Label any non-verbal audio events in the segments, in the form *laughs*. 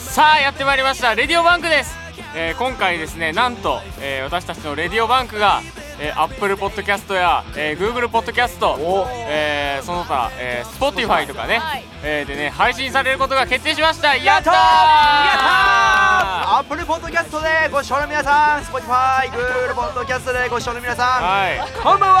さあやってまいりましたレディオバンクです、えー今回ですねなんと、えー私たちのレディオバンクが、えー、Apple Podcast や、えー、Google Podcast、えーその他、えー、Spotify とかね、はいえーでね配信されることが決定しましたやったーアップルポッドキャストでご視聴の皆さん Spotify、Google ポッドキャストでご視聴の皆さんはいこんばんこんばんは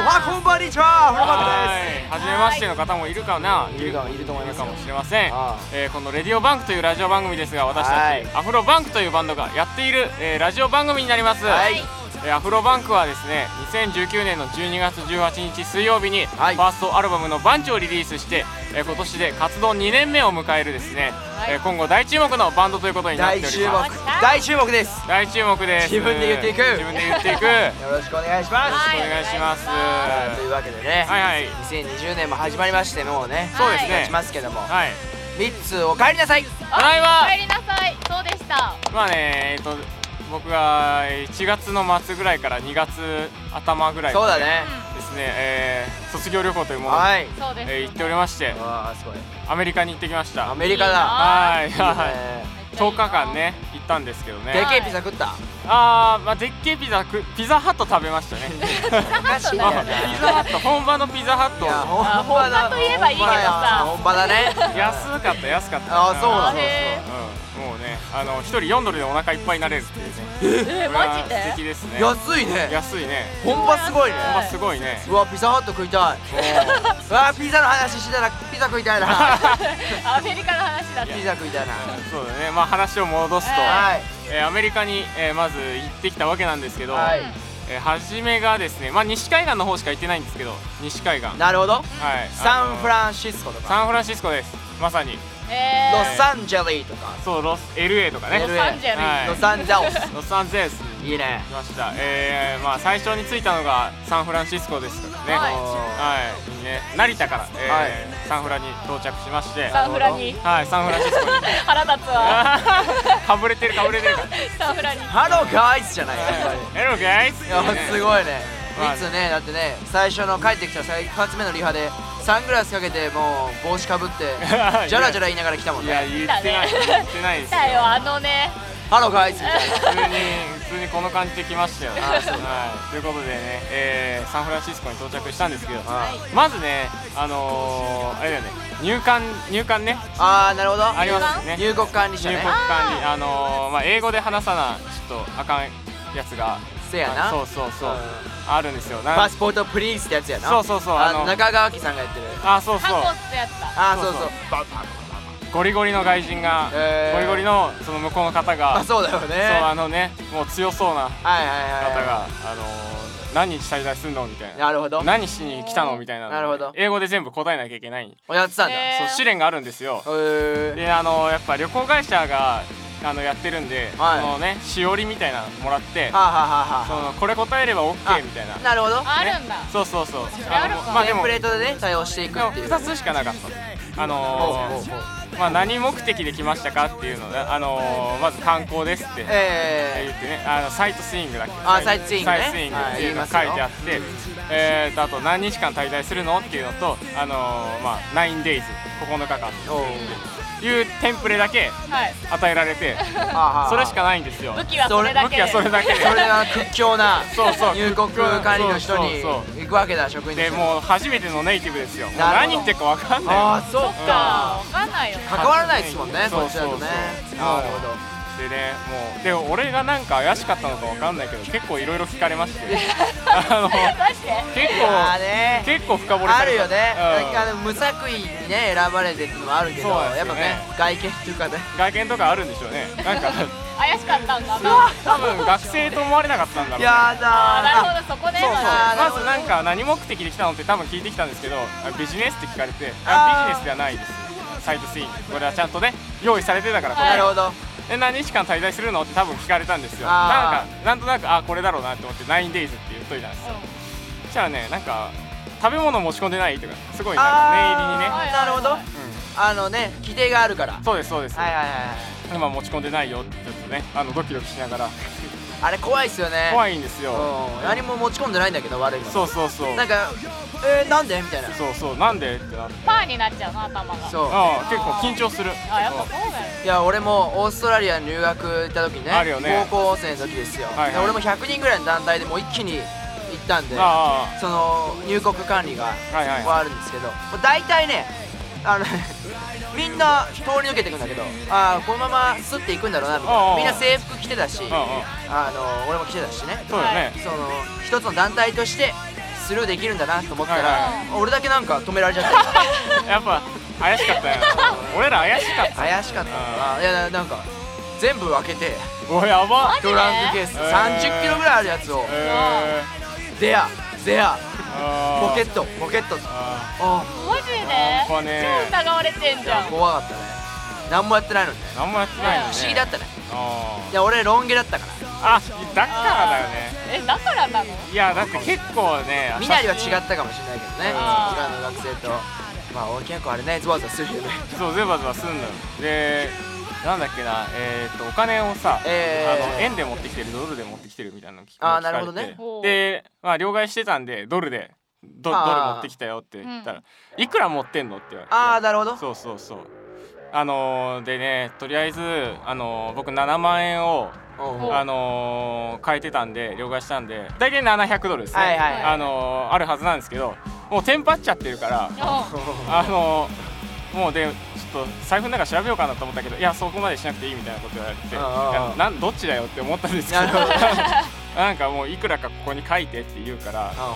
おははこんばんにちはフロバはンい初めましての方もいるかないるかいると思いますかもしれませんああ、えーこの「レディオバンク」というラジオ番組ですが私はたいちアフロバンクというバンドがやっている、えーラジオ番組になります、はいえーアフロバンクはですね2019年の12月18日水曜日に、はいファーストアルバムの「バンチ」をリリースして、えー今年で活動2年目を迎えるですね、はいえー今後大注目のバンドということになっており大ます注目大注目ですよ大注目です自分で言っていく自分で言っていくよろしくお願いしまろしすくお願いします、はいというわけでねはいはい2020年も始まりましてもうねそうですねしますけどもはい三つお帰りなさいあただいま帰りなさいそうでしたまあねえっと僕が1月の末ぐらいから2月頭ぐらいそうまだでねですね、えー卒業旅行というものに、はいそうですえー行っておりましてああすごいアメリカに行ってきましたアはいメリカだあはいね10日間ね行ったんですけどでねけえピザ食ったあー、まあ、でっけえピザくピザハット食べましたねおか *laughs* しいまあなピザハット本場のピザハッいやト本場だ本場といえばいいけどさ本場だね安かった安かったあーそうなんだへうん、もうねあの1人4ドルでお腹いっぱいになれるっていうねえーこれはマジで素敵ですね安いね安いね本場すごいねほんますごいねうわピザハット食いたいうんうわピザの話してたらピザ食いた *laughs* いなアメリカの話だってピザ食いたいな *laughs* そうだね、まあ、話を戻すと、はいえーアメリカに、えーまず行ってきたわけなんですけど、はいえー初めがですね、まあ、西海岸の方しか行ってないんですけど西海岸、はい、なるほどあサのンフランシスコとかサンフランシスコですまさにえローサンジェリーとかそうロス LA とかね LA ロサンジェルはいロサンゼオスロサンゼルスにいいね来ました、えーまあ、最初に着いたのがサンフランシスコですからね,、ははいいね成田から、えーはいサンフラに到着しましてサンフラにはい、サンフランシスコに腹立つわ *laughs* かぶれてるかぶれてるからサンフラにハローガイズじゃないエロガイズいやすごいねまあいつねだってね最初の帰ってきた最一発目のリハでサングラスかけてもう帽子かぶって *laughs* ジャラジャラ言いながら来たもんいやね言ってない言ってないで来すよたよあのねハローガイズみたいな普通に普通にこの感じで来ましたよ、あそうはい、ということでね、えーサンフランシスコに到着したんですけどはいまずねあのー、あれだよね入管入管ねああなるほどありますよね入国管理者入ね国管理あのーまあ、英語で話さなちょっとあかんやつがせやなあそうそうそううんあるんですよなパスポートプリーズってやつやなそうそうそうああの中川家さんがやってるあそうそうハンコってやつだあーそうそそううゴリゴリの外人が、えーゴリゴリのその向こうの方があそうだよそうねあのねもう強そうなはい方はいはが、あのー何日滞在するのみたいいななるほど何しに来たのみたいなのなるほど英語で全部答えなきゃいけない、おやってたんだえそへう試練があるんですよえであのやっぱ旅行会社があのやってるんで、はいそのねしおりみたいなのもらってはあはあそはあのはこれ答えれば OK みたいなあなるほどあるんだそうそうそうあるかのまあでテンもプレーでトでね対応していくもっていう2つしかなかったあほうほのうーほうまあ、何目的で来ましたかっていうので、あのーまず観光ですって言えってねあのサイトスイングだっけあサイトスイングねサイトスイングっていうのが書いてあって、はい言いえーとあと何日間滞在するのっていうのとあのーまあ 9days9 日間ー、おうっていうテンプレだけはい与えられてはあ *laughs* はあそれしかないんですよ武器はそれだ武け器ではそれだけ *laughs* でそれが屈強なそうそう入国管理の人にそうそう行くわけだ職員ので人にもう初めてのネイティブですよもうなるほど何言ってるかわかんああないそっそかっかわかんないよね関わらないですもんねそうこっちだとねそうそうなるほどでねもうで俺がなんか怪しかったのかわかんないけど結構いろいろ聞かれましてあのマジで結 *laughs* いやー構ね結構深掘りあされたるよね、うんなんかあの無作為にね選ばれてってのもあるけど、そうなんですやよっねぱね外見っていうかね外見とかあるんでしょうねなん *laughs* か怪しかったんだ多分学生と思われなかったんだろうねやだーあーなるほどそこでそうそうあーなまるほどずなんか何目的で来たのって多分聞いてきたんですけどあビジネスって聞かれてあーあビジネスではないですサイトスインこれはちゃんとね用意されてたからはないるほどえ何日間滞在するのって多分聞かれたんですよなんあかなんとなくあこれだろうなって思って「9days」って言っといたんですよそしたらねなんか食べ物持ち込んでないとかすごいなんかあ念入りにねーなるほ念ど入りにね、あのね規定があるからうん、そうですそうです、はいはいはい今持ち込んでないよってちょっとねあのドキドキしながらあれ怖いっすよね怖いいんですよ何も持ち込んでないんだけど悪いのそうそうそうなんかえー、なんでみたいなそうそうなんでってなってパーになっちゃうの頭がそうああ結構緊張するあやっぱそうだよいや俺もオーストラリアに留学行った時ねあるよね高校生の時ですよ、はいはいで俺も100人ぐらいの団体でもう一気に行ったんであその入国管理がいはいはあるんですけど、もう大体ねあの *laughs* みんな通り抜けていくんだけどあーこのまますっていくんだろうなみたいあなあみんな制服着てたしあああああの俺も着てたしねそうだねその一つの団体としてスルーできるんだなと思ったら、はい俺だけなんか止められちゃ *laughs* ってやっぱ怪しかったよ俺ら怪しかった怪しかったなあいやなんか全部開けておやばジでドランクケースえ3ー0キロぐらいあるやつをえゼアゼーアあポケトットポケットああマジでやっぱね超疑われてんーいじゃやん怖かったね何もやってないのにねー何もやってないのね不思議だったねあいや俺ロン毛だったかーあだからだよねえだからなのいやだって結構ねらみなりは違ったかもしれないけどねあ今の学生とまあ俺結構あれねズバズバするよねそうズバズバすんのよでなんだっけなえー、っとお金をさ、えーあの円で持ってきてるドルで持ってきてるみたいなの聞あー聞かれてなるほどねほうでまあ両替してたんでドルでドドルあー持ってきたよって言ったら、いくら持ってんのって言われてああなるほどそうそうそうあのー、でねとりあえずあのー、僕7万円をうんうんおあのー、変えてたんで両替したんで大体700ドルですね、はいはいはいあのー、あるはずなんですけどもうテンパっちゃってるからうんあのもうでちょっと財布の中調べようかなと思ったけどいやそこまでしなくていいみたいなこと言われてああああいやなんどっちだよって思ったんですけどなるほど *laughs* なんかもういくらかここに書いてって言うからあ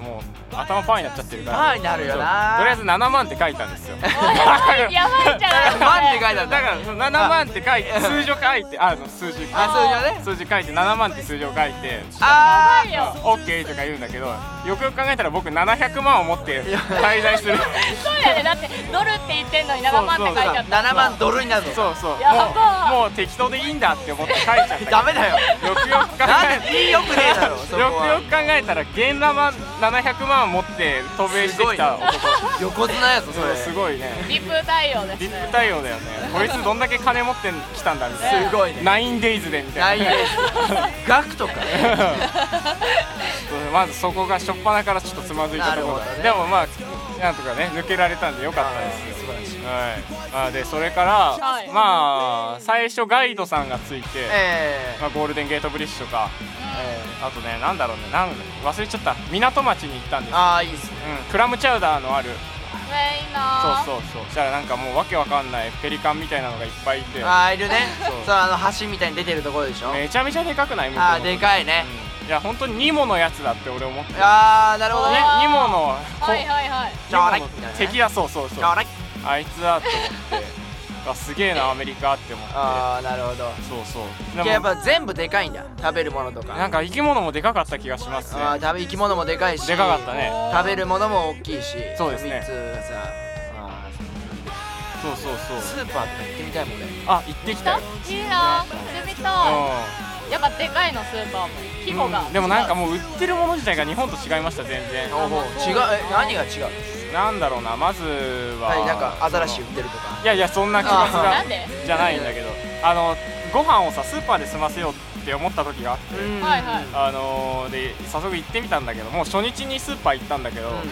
もう頭パーになっちゃってるからパーになるよなそうとりあえず7万って書いたんです *laughs* よだかおいやばいじゃんマンって書いてあるんだらその7万って書いて数字を書いてあの数字あそうじゃね数字書いて7万って数字を書いてあいーよオッケーとか言うんだけどよくよく考えたら僕700万を持って滞在するそうだよねだってドルって言ってんのに7万って書いちゃった7万ドルになるのそうそうもやばうもう適当でいいんだって思って書いちゃったけどダメだよよくよく考なんえでよくねえだろそたこよくよはく考えたら現ラマ700万持って渡米してきた男横綱やぞそそれうすごいねリップ対応ですリップね対応だよねこいつどんだけ金持ってきたんだみたいなすごいねナインデイズでみたないいな *laughs* ね額とかね *laughs* そうまずそこが初っ端からちょっとつまずいたところだ、なるほどねでもまあなんとかね抜けられたんでよかったですよはい、あでそれから、はいまあ最初ガイドさんがついて、えまあ、ゴールデンゲートブリッジとかえあとねなんだろうねなん忘れちゃった港町に行ったんですよああいいっすねうん、クラムチャウダーのあるえいいそうなそうそうそしたらなんかもうわけわかんないペリカンみたいなのがいっぱいいてああいるねそうそうあの橋みたいに出てるところでしょめちゃめちゃでかくないああでい、かいねうんいや本当にニモのやつだって俺思ってねああなるほどねあーニモのこはいはいはいじゃあニモのあれ敵だそうそうそうあらあいつだと思ってあすげえ *laughs* なアメリカって思ってああなるほどそうそういややっぱ全部でかいんだ食べるものとなかんか生き物もでかかった気がしますねあー食べ生き物もでかいしでかかったね食べるものも大きいしそうですね三つがさあそうそうそーうスーパーとか行ってみたいもんねあ行ってきたよいいな行ってみたういやっぱでかいのスーパーも規模がん、でもなんかもう売ってるもの自体が日本と違いました全然おお違うえ何が違うなんだろうなまずは、はいなんかアザラそシ売っのてるとかいやいやそんな気持ちあーがなんでじゃないんだけどあのご飯をさスーパーで済ませようって思った時があって、うんはいはいあのー、で早速行ってみたんだけどもう初日にスーパー行ったんだけど、うんうん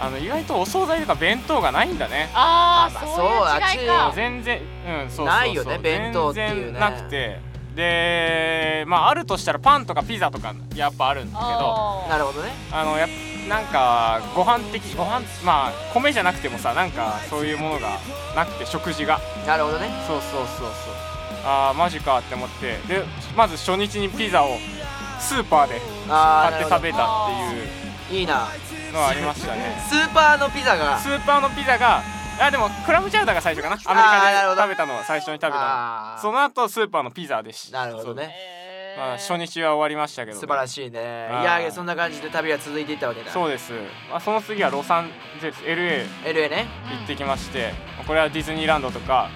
あの意外とお惣菜とか弁当がないんだねああまああそういう違いそうか暑全然うんそうそうそうないよね弁当っていうね全然なくてでまああるとしたらパンとかピザとかやっぱあるんだけどなあるほどねあのやっなんかご飯的ご飯まあ米じゃなくてもさなんかそういうものがなくて食事がなるほどねそうそうそうそうああマジかって思ってでまず初日にピザをスーパーであ買あって食べたってべいいないうのはありましたねスーパーのピザがスーパーのピザがあでもクラムチャウダーが最初かなあーなるアメリカで食べたほどのは最初に食べたのあーその後スーパーのピザでしたなるほどねへーまあ、初日は終わりましたけど、素晴らいしいねいあやーいやそんな感じで旅が続いていったわけだそうです、まあ、その次はロサンゼルス LA LA ねうん行ってきまして、これはディズニーランドとか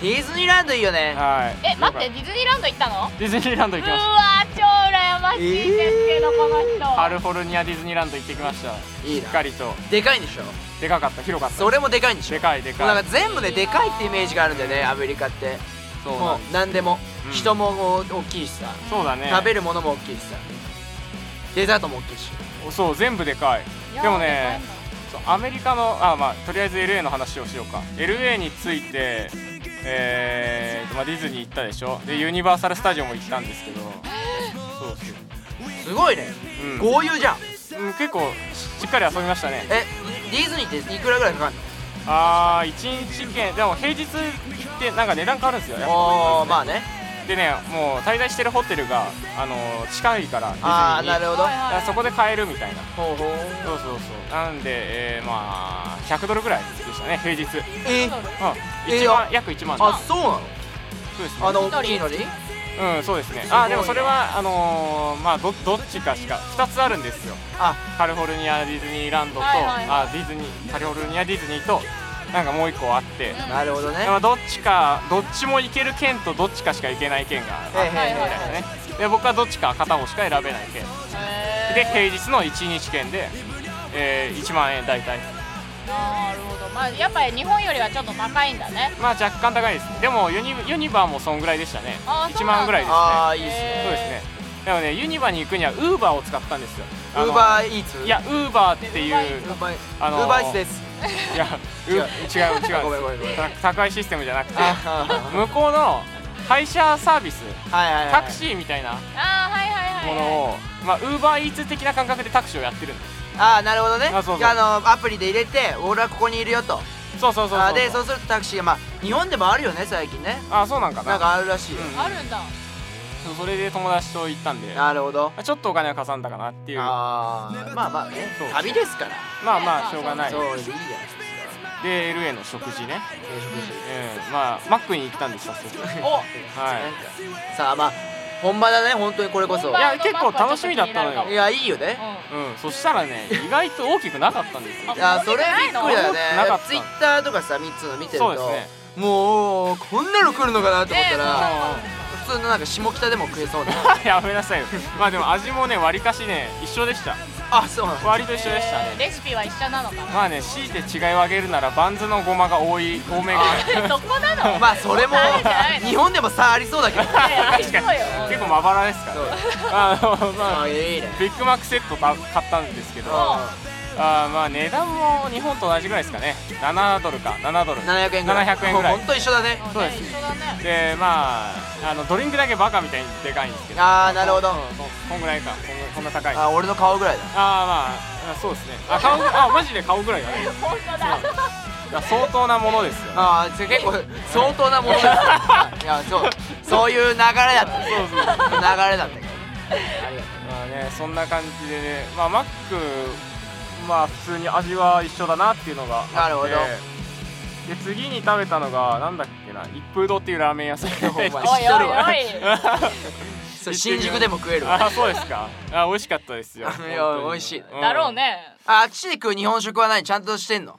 ディズニーランドいいよねはいえ待ってディズニーランド行ったのディズニーランドう行きわましたー超羨ましいんですけどこの人カリフォルニアディズニーランド行ってきましたしいいっなかりとでかいんでしょでかかった広かったそれもでかいんでしょでかいでもうなかんいか全部ねでかいってイメージがあるんだよねアメリカってそうもう何でも、うん人も大きいしさ、そうだね食べるものも大きいしさデザートも大きいしそう全部でかいいやでもねそうアメリカのあまあとりあえず LA の話をしようか LA についてえーとまあ、ディズニー行ったでしょでユニバーサル・スタジオも行ったんですけどそうですよ、すごいねうん豪遊じゃんうん、結構しっかり遊びましたねえディズニーっていくらぐらいかかるのああ1日券でも平日ってなんか値段変わるんですよやっぱおーまあねでねもう滞在してるホテルがあの近いからディズニーにああなるほどはいはいだからそこで買えるみたいなほうほうそうそうそうなんで、えーまあ100ドルぐらいでしたね平日、うん、ええ1万約1万あそうなのそうですねあの一人大きいのにうんそうですねすごいあなーでもそれはあのーまあどどっちかしか2つあるんですよあカリフォルニアディズニーランドと、はいはいはあディズニーカリフォルニアディズニーとなんかもう1個あって、うんなるほどねでもどっちかどっちも行ける県とどっちかしか行けない県があってはいみはいたいはいなねで僕はどっちか片方しか選べない県へでえ平日の1日券で、えー1万円大体なるほどまあやっぱり日本よりはちょっと高いんだねまあ若干高いですねでもユニユニバーもそんぐらいでしたねあー1万ぐらいですねああいいっすそうですねでもねユニバーに行くにはウーバーを使ったんですよウーーバーイーツいやウーバーっていう Uber ウーバーイあのーウーバーイーツですいやう違う違う違うごめんごめんごめんた宅配システムじゃなくてあ向こうの配車サービスはいはいはいタクシーみたいなああはいはもいはいのをまあウーバーイーツ的な感覚でタクシーをやってるんですああなるほどねあそうそうあのアプリで入れて俺はここにいるよとそうそうそうそうあでそうするとタクシーがまあ日本でもあるよね最近ねあそうなんかななんかあるらしいよ、うんあるんだそうそれで友達と行ったんでなるほどちょっとお金はかさんだかなっていうあーまあまあねそう旅ですから、まあまあしょうがないそういいじゃないで LA の食事ね、でうすかん、まあマックに行ったんです早速おはいさあまあ本場だね本当にこれこそ本い場や結構楽しみだったのよいやいいよねうんそしたらね意外と大きくなかったんですよあいやそれびっくりだよねなかったツイッターとかさ3つの見てるそうとですねもうこんなの来るのかなと思ったねら、普通のなんか下北でも食えそうな *laughs* やめなさいよまあでも味もねわりかしね一緒でした *laughs* あそうなんだ割と一緒でしたえーねレシピは一緒なのかなまあね強いて違いを挙げるならバンズのごまが多い多めぐらい *laughs* そこなのまあそれも慣れてないの日本でも差ありそうだけどね確かに結構まばらですからそうねあのまああいいねビッグマックセットた買ったんですけどんあーまあ値段も日本と同じぐらいですかね7ドルか7ドル700円ぐらい700円ぐらいもうほんと一緒だねもうねそうです一緒だねでまああのドリンクだけバカみたいにでかいんですけどああなるほどここんぐらいかこんこんな高いああ俺の顔ぐらいだあーまああそうですねあ顔ぐあマジで顔ぐらいだね本当だだから相当なものですよ、ね、ああそれ結構相当なも *laughs* のだいやそうそういう流れだったねそうそう流れだったけどまあねそんな感じでねまあマックまあ普通に味は一緒だなっていうのがあってなるほどで次に食べたのがなんだっけな一風堂っていうラーメン屋さん *laughs* お前おいおいお *laughs* いそれ新宿でも食えるわあそうですかあ美味しかったですよいや本当に美味しいんだろうねああっちで食う日本食は何ちゃんとしてんの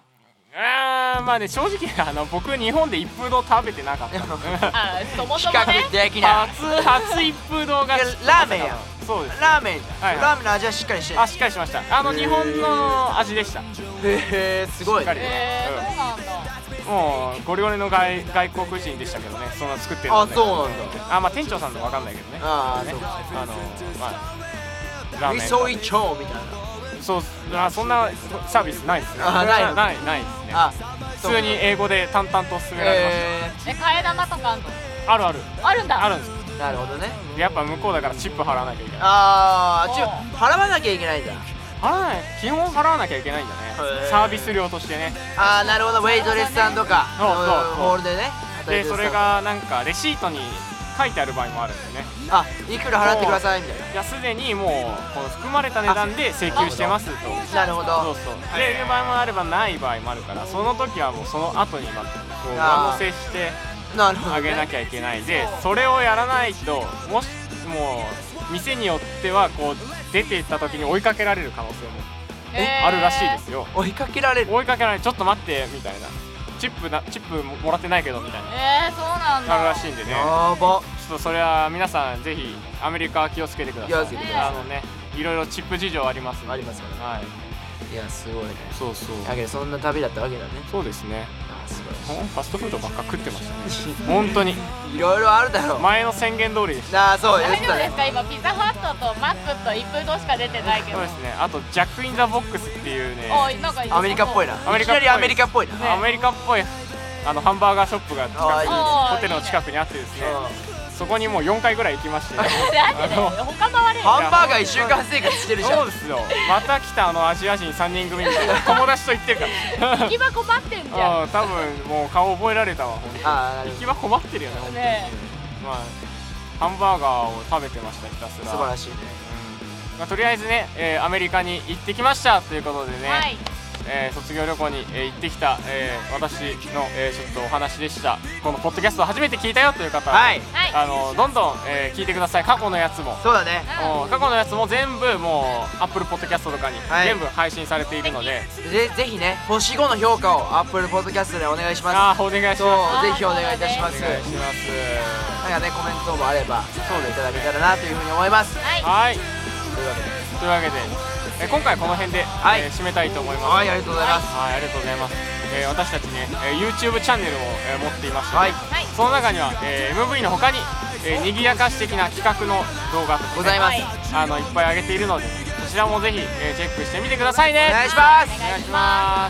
あーまあね正直 *laughs* あの僕日本で一風堂食べてなか *laughs* ったあそも比そもね較できない初初一風堂がいやラーメンやんそうですラーメンじゃんはいはいラーメンの味はしっかりしてるあしっかりしましたあのへー日本の味でしたへえすごいしっかりねえーそうなんだもうゴリゴリの外外国人でしたけどねそんな作ってるのあねそうなんだあまあ店長さんとわかんないけどねあーねそうかあのまあラー味メン噌一丁みたいなそうあそんなサービスないですねあないのないないですねあ普通に英語で淡々と勧められましええ替え玉とかあるのたあるあるあるんだあるんですよーなるほどねやっぱ向こうだからチップ払わなきゃいけないああちょおう払わなきゃいけないんだ払わない基本払わなきゃいけないんだねへーサービス料としてねああなるほどウェイトレスさんとかそうそうそうあのホールでね働でいてるそさんれがなんかレシートに書いてある場合もあるんでねあいくら払ってくださいみたいいやすでにもうこの含まれた値段で請求してますとななるそほうどそうでいう場合もあればない場合もあるからその時はもうその後にまたこう上あー乗せしてなるほあどねげなきゃいけないでそれをやらないともしもう店によってはこう出て行った時に追いかけられる可能性もへーあるらしいですよ追いかけられる追いかけられるちょっと待ってみたいなチップなチップもらってないけどみたいなえーそうなんだあるらしいんでねやばちょっとそれは皆さんぜひアメリカは気をつけてください気をつけてくださいあのねいろいろチップ事情ありますんでありますからはいいやすごいねそうそうだけどそんな旅だったわけだねそうですねあすほんファストフードばっか食ってましたね本当にごいいろいろあるだろう前の宣言通りですああそう言っ大て丈た夫でねすか今ピザハットとマックと一風堂しか出てないけそどうですねあとジャック・イン・ザ・ボックスっていうねおいなんかアメリカっぽいなアメリカっぽいいきなりアメリカっぽいな、アメリカっぽいあのハンバーガーショップが近くあーいいねホテルの近くにあってですねそこにもう4回ぐらい行きましてなんでだよ他回れうんよハンバーガー一週間生活してるじゃそうんですよまた来たあのアジア人3人組みたいな友達と行ってるから行き場困ってんじゃんああ多分もう顔覚えられたわ本あ当に行きあ場困ってるよね本当に、ねまあ、ハンバーガーを食べてましたひたすら素晴らしいねうんまあ、とりあえずね、えーアメリカに行ってきましたということでね、はいえー卒業旅行に、えー行ってきた、えー私の、えーちょっとお話でしたこのポッドキャストを初めて聞いたよという方は、はいはいあのどんどん、えー聞いてください過去のやつもそうだねもう過去のやつも全部もう Apple Podcast とかにはい全部配信されているので、ぜぜひね星5の評価をアップルポッドキャストでお願いしまああお願いしますすおそうあぜひお願いいたします願いしますなんかねコメントもあればそうでいただけたらなというふうに思いますはいはいというわけでというわけで、えー今回この辺で、はいえー締めたいと思いますはいありがとうございますはいありがとうございます、えー私たちね、えー YouTube チャンネルを、えー持っていまして、はいはいその中には、えー MV の他に、えー、にぎやかし的な企画の動画とかね、ございます、はいあのいっぱい上げているのでそちらもぜひ、えーチェックしてみてくださいねお願いしますお願いしま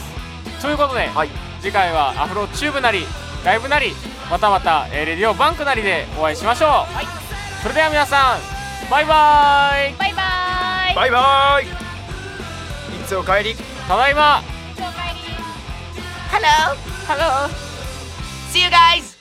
すということで、はい次回はアフロチューブなりライブなりまたまた、えーレディオバンクなりでお会いしましょう、はいそれでは皆さんバイバーイバイバーイバイバイいつお帰りただいまお帰り Hello. Hello. See you guys.